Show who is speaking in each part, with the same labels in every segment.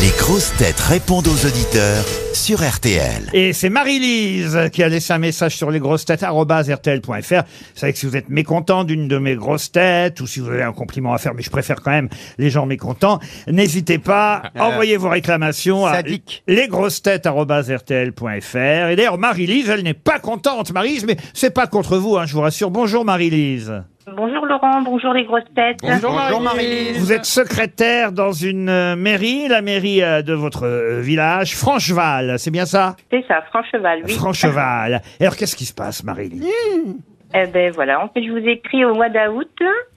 Speaker 1: Les grosses têtes répondent aux auditeurs sur RTL.
Speaker 2: Et c'est Marie-Lise qui a laissé un message sur les grosses têtes lesgrossetêtes.rtl.fr. Vous savez que si vous êtes mécontent d'une de mes grosses têtes ou si vous avez un compliment à faire, mais je préfère quand même les gens mécontents, n'hésitez pas, envoyez vos réclamations à
Speaker 3: Sadique.
Speaker 2: lesgrossetêtes.rtl.fr. Et d'ailleurs, Marie-Lise, elle n'est pas contente, Marie-Lise, mais c'est pas contre vous, hein, je vous rassure. Bonjour Marie-Lise.
Speaker 4: Bonjour Laurent, bonjour les grosses têtes.
Speaker 2: Vous êtes secrétaire dans une euh, mairie, la mairie euh, de votre euh, village, Francheval, c'est bien ça
Speaker 4: C'est ça, Francheval, oui.
Speaker 2: Francheval. Et Alors qu'est-ce qui se passe, Marie-Lise
Speaker 4: Eh ben voilà, en fait, je vous écris au mois d'août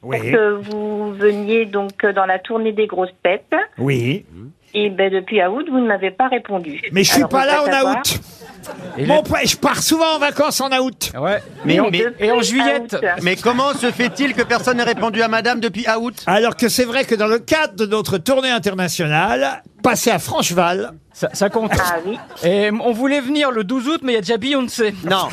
Speaker 2: Oui.
Speaker 4: pour que vous veniez donc euh, dans la tournée des grosses têtes.
Speaker 2: Oui.
Speaker 4: Et ben depuis à août, vous ne m'avez pas répondu.
Speaker 2: Mais je suis
Speaker 4: Alors,
Speaker 2: pas
Speaker 4: vous
Speaker 2: là
Speaker 4: faites
Speaker 2: en
Speaker 4: avoir.
Speaker 2: août. Mon pa- je pars souvent en vacances en août.
Speaker 3: Ouais. Mais,
Speaker 4: Oui,
Speaker 3: mais-
Speaker 4: depuis
Speaker 3: et en
Speaker 4: août.
Speaker 3: juillet Mais comment se fait-il que personne n'ait répondu à madame depuis à août
Speaker 2: Alors que c'est vrai que dans le cadre de notre tournée internationale, passer à Francheval,
Speaker 5: Ça, ça compte.
Speaker 4: Ah oui.
Speaker 5: Et on voulait venir le 12 août, mais il y a déjà Beyoncé.
Speaker 3: Non,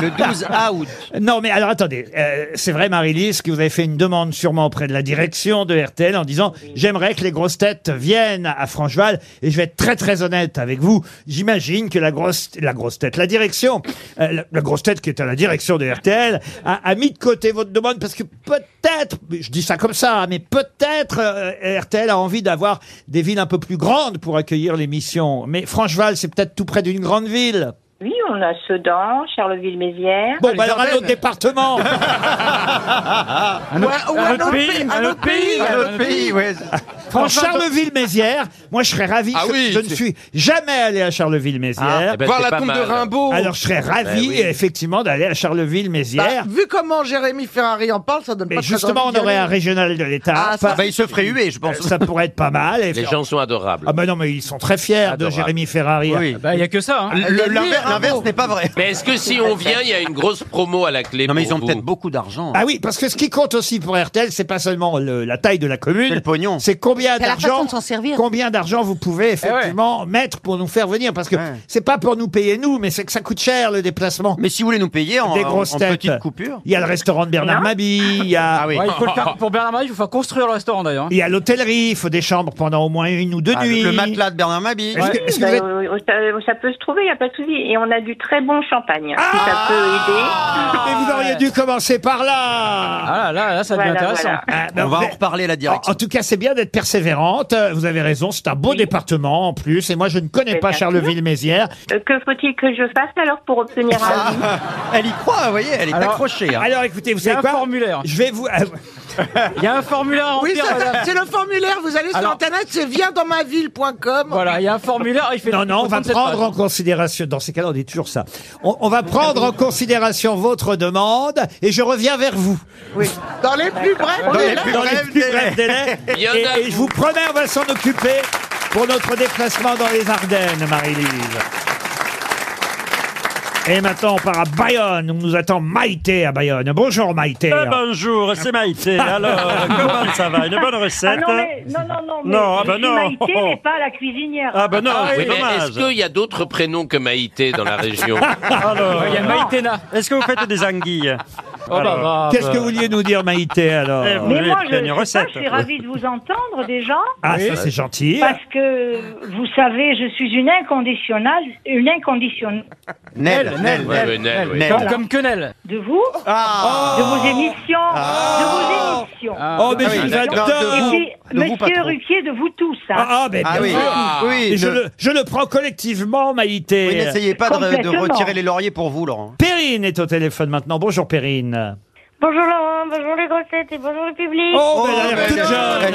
Speaker 3: le 12 à août.
Speaker 2: Non, mais alors attendez, euh, c'est vrai, Marie-Lise, que vous avez fait une demande sûrement auprès de la direction de RTL en disant J'aimerais que les grosses têtes viennent à Francheval. Et je vais être très très honnête avec vous. J'imagine que la grosse, la grosse tête, la direction, euh, la, la grosse tête qui est à la direction de RTL, a, a mis de côté votre demande parce que peut-être, je dis ça comme ça, hein, mais peut-être euh, RTL a envie d'avoir des villes un peu plus grandes pour accueillir l'émission. Mais Francheval, c'est peut-être tout près d'une grande ville.
Speaker 4: Oui, on a Sedan, Charleville-Mézières.
Speaker 2: Bon, bah alors un autre département
Speaker 5: Un autre, un autre pays, un autre pays, Ah,
Speaker 3: Un
Speaker 5: un
Speaker 3: autre pays, ouais.
Speaker 2: En Charleville-Mézière, moi je serais ravi.
Speaker 6: Ah
Speaker 2: je,
Speaker 6: oui,
Speaker 2: je ne
Speaker 6: c'est- Ah, eh
Speaker 2: suis jamais allé à Charleville-Mézière.
Speaker 6: Voir la tombe de Rimbaud.
Speaker 2: Alors je serais ravi
Speaker 6: oui.
Speaker 2: effectivement d'aller à Charleville-Mézière.
Speaker 7: Bah, Vu comment Jérémy Ferrari en parle, ça donne
Speaker 2: mais
Speaker 7: pas très
Speaker 2: justement,
Speaker 7: envie
Speaker 2: on
Speaker 7: d'y
Speaker 2: aurait un
Speaker 7: aller.
Speaker 2: régional de l'État.
Speaker 7: Ah,
Speaker 2: Pas-
Speaker 3: Ah bah, il se ferait huer, je pense.
Speaker 2: ça pourrait être pas mal. Et-
Speaker 6: Les gens sont adorables.
Speaker 2: Ah ben non, mais ils sont très fiers de
Speaker 6: Adorable.
Speaker 2: Jérémy Ferrari.
Speaker 3: Oui.
Speaker 5: Bah, il y a que ça. Hein.
Speaker 3: Le- L'inverse l'inverse n'est pas vrai.
Speaker 6: Mais est-ce que si on vient, il y a une grosse promo à la clé
Speaker 3: Non mais ils
Speaker 6: pour
Speaker 3: ont
Speaker 6: vous
Speaker 3: peut-être beaucoup d'argent.
Speaker 2: Ah oui, parce que ce qui compte aussi pour RTL, c'est pas seulement le- la taille de la
Speaker 3: C'est
Speaker 2: commune,
Speaker 3: le pognon.
Speaker 2: c'est combien
Speaker 8: la
Speaker 2: d'argent,
Speaker 8: façon de s'en servir.
Speaker 2: combien d'argent vous pouvez effectivement mettre pour nous faire venir, parce que
Speaker 3: Ouais.
Speaker 2: c'est pas pour nous payer nous, mais c'est que ça coûte cher le déplacement.
Speaker 3: Mais si vous voulez nous payer en,
Speaker 2: des
Speaker 3: en, en
Speaker 2: grosses têtes.
Speaker 3: petite coupure.
Speaker 2: Il y a le restaurant de Bernard
Speaker 4: Non.
Speaker 2: Mabille, il y a,
Speaker 3: Ah oui.
Speaker 5: Ouais, il faut le faire, pour Bernard Marie, il faut faire construire le restaurant d'ailleurs. hein.
Speaker 2: il y a l'hôtellerie, il faut des chambres pendant au moins une ou deux
Speaker 3: Ah,
Speaker 2: nuits.
Speaker 3: le, le matelas de Bernard Mabille.
Speaker 2: Est-ce que- est-ce que
Speaker 4: Ben,
Speaker 2: vous
Speaker 5: Bah,
Speaker 2: êtes-
Speaker 4: euh, euh, ça, ça peut se trouver, il n'y a pas de souci. Et on a du très bon champagne, hein,
Speaker 5: euh,
Speaker 4: si
Speaker 2: Ah
Speaker 4: ça peut aider.
Speaker 2: Mais vous auriez dû commencer par là.
Speaker 5: Ah là, là, là, ça devient
Speaker 4: Voilà,
Speaker 5: intéressant.
Speaker 4: voilà.
Speaker 2: Ah, ben,
Speaker 3: On va
Speaker 2: vous
Speaker 3: en
Speaker 2: êtes-
Speaker 3: reparler à la
Speaker 2: en,
Speaker 3: direction.
Speaker 2: en tout cas, c'est bien d'être persévérante. Euh, Vous avez raison, c'est un beau département en plus. Et moi, je ne connais
Speaker 4: Mais
Speaker 2: pas
Speaker 4: bien sûr.
Speaker 2: Charleville-Mézières.
Speaker 4: Euh, que faut-il que je fasse alors pour obtenir
Speaker 2: Ah.
Speaker 4: un oui
Speaker 3: Elle y croit, vous voyez, elle est
Speaker 5: Oh. Alors-
Speaker 3: accrochée. hein.
Speaker 2: Alors, écoutez, vous
Speaker 5: Il y a
Speaker 2: savez
Speaker 5: un
Speaker 2: quoi
Speaker 5: formulaire.
Speaker 2: Je vais vous. ah,
Speaker 5: Il y a un formulaire à
Speaker 7: Oui,
Speaker 5: remplir.
Speaker 7: ça,
Speaker 5: madame.
Speaker 7: c'est le formulaire. Vous allez sur
Speaker 5: Alors-
Speaker 7: internet, c'est viensdansmaville.com.
Speaker 5: Voilà, il y a un formulaire. Il fait
Speaker 2: Non, non, on va
Speaker 5: 37
Speaker 2: prendre
Speaker 5: pages.
Speaker 2: en considération. Dans ces cas-là, on dit toujours ça. On, on va prendre en considération votre demande et je reviens vers vous.
Speaker 7: Oui. Dans les plus brefs
Speaker 3: Dans
Speaker 7: délais.
Speaker 3: les plus
Speaker 2: dans les
Speaker 3: brefs
Speaker 2: plus
Speaker 3: délais.
Speaker 2: brefs délais.
Speaker 6: Il y en a
Speaker 2: et, et je
Speaker 6: vous.
Speaker 2: vous promets, on va s'en occuper pour notre déplacement dans les Ardennes, Marie-Lise. Et maintenant, on part à Bayonne, où nous attend Maïté à Bayonne. Bonjour Maïté.
Speaker 9: Ah,
Speaker 3: Ah,
Speaker 2: hein.
Speaker 3: bah,
Speaker 9: bonjour, c'est Maïté. Alors, comment ça va Une bonne
Speaker 4: Ah
Speaker 9: recette
Speaker 4: non, mais, non, non, non, mais
Speaker 9: Non, ah
Speaker 4: je
Speaker 9: bah
Speaker 4: suis
Speaker 9: non.
Speaker 4: Maïté, mais pas la cuisinière.
Speaker 9: Ah ben non,
Speaker 6: Oui,
Speaker 9: c'est
Speaker 6: mais
Speaker 9: dommage.
Speaker 6: Est-ce qu'il y a d'autres prénoms que Maïté dans la région
Speaker 9: Alors,
Speaker 5: Il y a Maïtena.
Speaker 9: est-ce que vous faites des anguilles
Speaker 5: Oh bah,
Speaker 3: ah,
Speaker 5: bah,
Speaker 2: Qu'est-ce
Speaker 5: bah.
Speaker 2: que vous vouliez nous dire, Maïté, alors
Speaker 9: Eh, vous
Speaker 2: Oui.
Speaker 9: voulez
Speaker 4: Mais moi, je,
Speaker 9: une
Speaker 4: je sais pas,
Speaker 9: recette
Speaker 4: je suis ravie de vous entendre déjà,
Speaker 2: Ah, ça, c'est gentil.
Speaker 3: bah,
Speaker 4: parce que vous savez, je suis une inconditionnelle, une inconditionnelle
Speaker 3: Nel, Nel,
Speaker 6: Ouais,
Speaker 3: Nel.
Speaker 6: ouais, Nel, oui.
Speaker 3: Nel.
Speaker 5: Comme, comme Quenelle.
Speaker 4: de vous,
Speaker 3: Ah.
Speaker 4: de vos émissions, de vos émissions.
Speaker 2: Oh, mais
Speaker 3: Ah oui,
Speaker 2: je vous
Speaker 3: d'accord.
Speaker 2: adore.
Speaker 4: Et
Speaker 3: de vous-
Speaker 4: puis,
Speaker 3: de vous, pas
Speaker 4: monsieur
Speaker 3: trop.
Speaker 4: Ruquier, de vous tous.
Speaker 2: Ah,
Speaker 4: Hein.
Speaker 2: ah, mais
Speaker 3: Ah
Speaker 2: bien
Speaker 3: oui,
Speaker 2: sûr.
Speaker 3: oui.
Speaker 2: Et je,
Speaker 3: de-
Speaker 2: le, je le prends collectivement, Maïté.
Speaker 3: Oui, n'essayez pas de, de
Speaker 4: Complètement.
Speaker 3: retirer les lauriers pour vous, Laurent.
Speaker 2: Perrine est au téléphone maintenant. Bonjour, Perrine.
Speaker 8: Bonjour Laurent, bonjour les grossettes et bonjour le public.
Speaker 2: Oh, mais elle a l'air
Speaker 3: elle,
Speaker 2: toute
Speaker 3: elle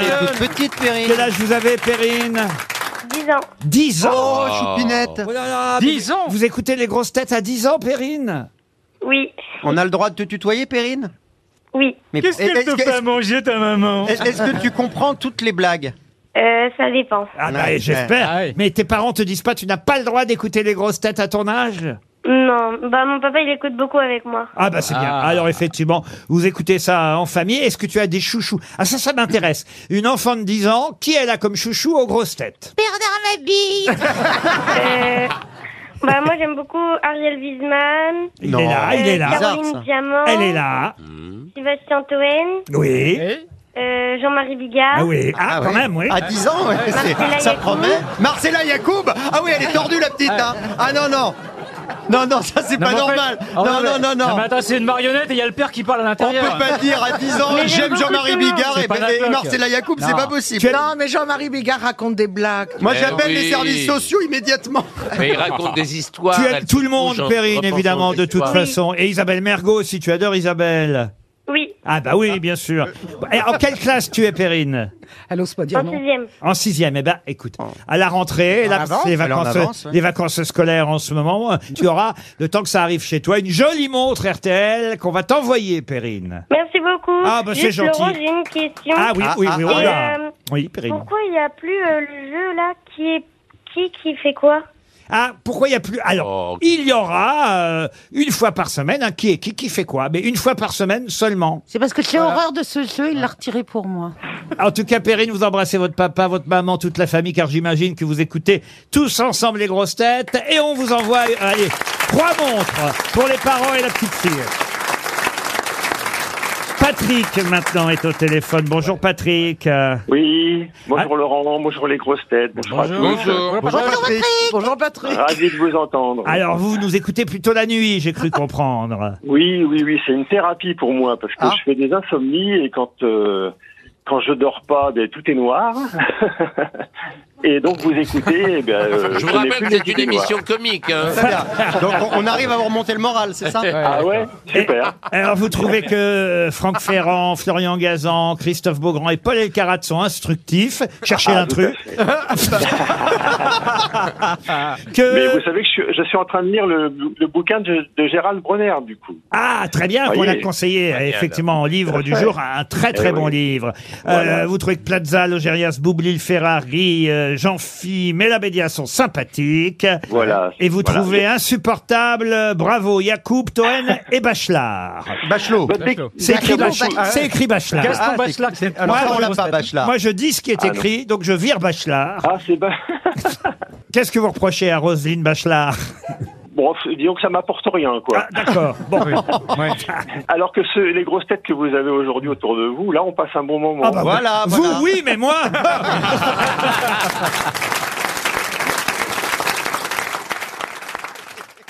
Speaker 2: jeune.
Speaker 3: est toute petite, Périne.
Speaker 2: Quel âge vous avez, Perrine
Speaker 8: 10 ans.
Speaker 2: 10 ans
Speaker 3: Oh, choupinette.
Speaker 2: Oh là là,
Speaker 5: 10
Speaker 2: mais-
Speaker 5: ans
Speaker 2: Vous écoutez les grosses têtes à 10 ans, Perrine
Speaker 8: Oui,
Speaker 3: On a le droit de te tutoyer, Périne
Speaker 8: oui.
Speaker 3: Mais est-ce que-
Speaker 9: manger ta maman
Speaker 3: est-ce- est-ce que tu comprends toutes les blagues
Speaker 8: Euh, ça dépend.
Speaker 2: Ah bah,
Speaker 3: Ouais,
Speaker 2: j'espère.
Speaker 5: ouais. Ah ouais.
Speaker 2: Mais tes parents te disent pas tu n'as pas le droit d'écouter les grosses têtes à ton âge
Speaker 8: Non, bah mon papa il écoute beaucoup avec moi.
Speaker 2: Ah bah c'est bien.
Speaker 5: Ah.
Speaker 2: Alors effectivement, vous écoutez ça en famille. Est-ce que tu as des chouchous Ah ça, ça m'intéresse. Une enfant de 10 ans, qui elle a comme chouchou aux grosses têtes
Speaker 8: Bernard Mabille euh, Bah moi j'aime beaucoup Ariel Wiesman.
Speaker 2: Il
Speaker 3: Non.
Speaker 2: est là, il
Speaker 8: euh,
Speaker 2: est là.
Speaker 3: Bizarre,
Speaker 8: Caroline
Speaker 3: ça.
Speaker 8: Diamant.
Speaker 2: Elle est là.
Speaker 8: Sébastien Toen.
Speaker 2: Oui.
Speaker 5: Eh
Speaker 8: euh, Jean-Marie Bigard.
Speaker 2: Ah oui, ah, quand même, oui.
Speaker 3: À 10 ans, ouais, c'est-
Speaker 8: Marcella
Speaker 3: ça
Speaker 8: Yacoub.
Speaker 3: promet. Marcella Yacoub Ah oui, elle est tordue, la petite. hein. Ah non, non. Non, non, ça, c'est pas
Speaker 5: mais en fait-
Speaker 3: normal.
Speaker 5: en
Speaker 3: Non,
Speaker 5: fait-
Speaker 3: non, non, non.
Speaker 5: mais attends, c'est une marionnette et il y a le père qui parle à
Speaker 3: On
Speaker 5: l'intérieur.
Speaker 3: peut pas dire à 10 ans,
Speaker 8: Mais
Speaker 3: j'aime
Speaker 8: j'aime
Speaker 3: Jean-Marie
Speaker 8: beaucoup tout le
Speaker 3: Bigard
Speaker 5: monde.
Speaker 3: et,
Speaker 5: C'est pas
Speaker 3: et
Speaker 5: Matlock.
Speaker 3: Marcella Yacoub, c'est
Speaker 5: Non.
Speaker 3: pas possible.
Speaker 2: Tu as-
Speaker 7: Non, mais Jean-Marie Bigard raconte des blagues.
Speaker 3: Moi,
Speaker 6: Eh
Speaker 3: j'appelle les
Speaker 6: oui.
Speaker 3: services sociaux immédiatement.
Speaker 6: Mais il raconte des histoires.
Speaker 2: Tu
Speaker 6: elles
Speaker 2: aimes tout le
Speaker 6: sont
Speaker 2: monde,
Speaker 6: couchantes,
Speaker 2: Perrine,
Speaker 6: repensantes,
Speaker 2: évidemment, de toute
Speaker 6: histoires.
Speaker 2: façon. Et Isabelle Mergot aussi, tu adores Isabelle.
Speaker 8: Oui,
Speaker 2: Ah bah oui, bien sûr. Et en quelle classe tu es, Perrine
Speaker 7: Elle ose pas dire
Speaker 5: Ah,
Speaker 8: en
Speaker 7: non.
Speaker 8: sixième.
Speaker 2: En sixième, eh ben, écoute, à la rentrée, là,
Speaker 3: avance,
Speaker 2: c'est les
Speaker 3: alors on
Speaker 2: vacances,
Speaker 3: avance, ouais.
Speaker 2: les vacances scolaires en ce moment, euh, tu auras, le temps que ça arrive chez toi, une jolie montre RTL qu'on va t'envoyer, Perrine.
Speaker 8: Merci beaucoup.
Speaker 2: Ah, bah, c'est
Speaker 8: Juste, Laurent,
Speaker 2: gentil.
Speaker 8: j'ai une question.
Speaker 2: Ah oui,
Speaker 3: Ah,
Speaker 2: oui,
Speaker 3: ah,
Speaker 2: oui,
Speaker 3: ah,
Speaker 2: oh
Speaker 8: et,
Speaker 2: là.
Speaker 8: euh,
Speaker 2: Oui, Perrine.
Speaker 8: Pourquoi il n'y a plus euh, le jeu là qui est qui qui fait quoi
Speaker 2: Ah, pourquoi il n'y a plus Alors,
Speaker 6: Oh.
Speaker 2: il y aura euh, une fois par semaine, hein, qui est qui, qui fait quoi Mais une fois par semaine seulement.
Speaker 10: C'est parce que j'ai horreur de ce jeu, il l'a retiré pour moi.
Speaker 2: En tout cas, Perrine, vous embrassez votre papa, votre maman, toute la famille, car j'imagine que vous écoutez tous ensemble les grosses têtes. Et on vous envoie, euh, allez, trois montres pour les parents et la petite fille. Patrick, maintenant, est au téléphone. Bonjour, Patrick. Euh,
Speaker 11: Oui, bonjour Laurent, bonjour les grosses têtes, bonjour, à tous.
Speaker 5: Bonjour.
Speaker 7: Bonjour Patrick. Bonjour Patrick.
Speaker 11: Ravi de vous entendre.
Speaker 2: Alors, vous nous écoutez plutôt la nuit, j'ai cru comprendre.
Speaker 11: Oui, oui, oui, c'est une thérapie pour moi parce que
Speaker 3: Ah.
Speaker 11: je fais des insomnies et quand euh, quand je dors pas, ben, tout est noir. et donc vous écoutez, eh ben, euh,
Speaker 6: Je vous
Speaker 11: n'ai
Speaker 6: rappelle
Speaker 11: plus
Speaker 6: que
Speaker 11: les
Speaker 6: c'est une
Speaker 11: idées noires.
Speaker 6: émission comique. Hein.
Speaker 3: Très bien. Donc, on, on arrive à vous remonter le moral, c'est ça
Speaker 11: Ah ouais, super.
Speaker 2: Alors, vous trouvez que euh, Franck Ferrand, Florian Gazan, Christophe Beaugrand et Paul Elkarat sont instructifs. Cherchez
Speaker 11: Ah, tout à
Speaker 2: l'intrus.
Speaker 11: fait. Mais
Speaker 2: Que...
Speaker 11: vous savez que je suis, je suis en train de lire le, le bouquin de, de Gérald Bronner du coup.
Speaker 2: Ah, très bien, qu'on a
Speaker 11: Voyez.
Speaker 2: conseillé euh, effectivement en livre du jour, un très très
Speaker 11: Eh
Speaker 2: bon
Speaker 11: oui.
Speaker 2: livre. Euh,
Speaker 11: Voilà.
Speaker 2: Vous trouvez que Plaza, Logérias, Boublil, Ferrari, euh, Jean-Phi, Melabedia sont sympathiques.
Speaker 11: Voilà.
Speaker 2: Et vous
Speaker 11: Voilà.
Speaker 2: trouvez insupportable, euh, bravo, Yacoub, Toen et Bachelard.
Speaker 3: Bachelot.
Speaker 11: Votre équipe-
Speaker 2: C'est écrit,
Speaker 7: Yacoub,
Speaker 2: Bach-
Speaker 7: Bachelard.
Speaker 2: c'est écrit Bachelard.
Speaker 5: Gaston
Speaker 3: Ah, c'est-
Speaker 5: Bachelard, c'est-
Speaker 3: Alors,
Speaker 5: Moi,
Speaker 3: ça, on
Speaker 5: je
Speaker 3: l'a
Speaker 5: vous
Speaker 3: pas,
Speaker 5: souhaite.
Speaker 3: Bachelard.
Speaker 2: Moi, je dis ce qui est
Speaker 11: Ah, non.
Speaker 2: écrit, donc je vire Bachelard.
Speaker 11: Ah, c'est ba-
Speaker 2: Qu'est-ce que vous reprochez à Roselyne Bachelard
Speaker 11: Bon, f- disons que ça m'apporte rien, quoi.
Speaker 2: Ah, D'accord. Bon.
Speaker 11: Alors que ce- les grosses têtes que vous avez aujourd'hui autour de
Speaker 2: bah
Speaker 11: vous, là, on passe un bon moment.
Speaker 2: Ah bah,
Speaker 3: Voilà,
Speaker 2: Vous,
Speaker 3: voilà.
Speaker 2: oui, mais moi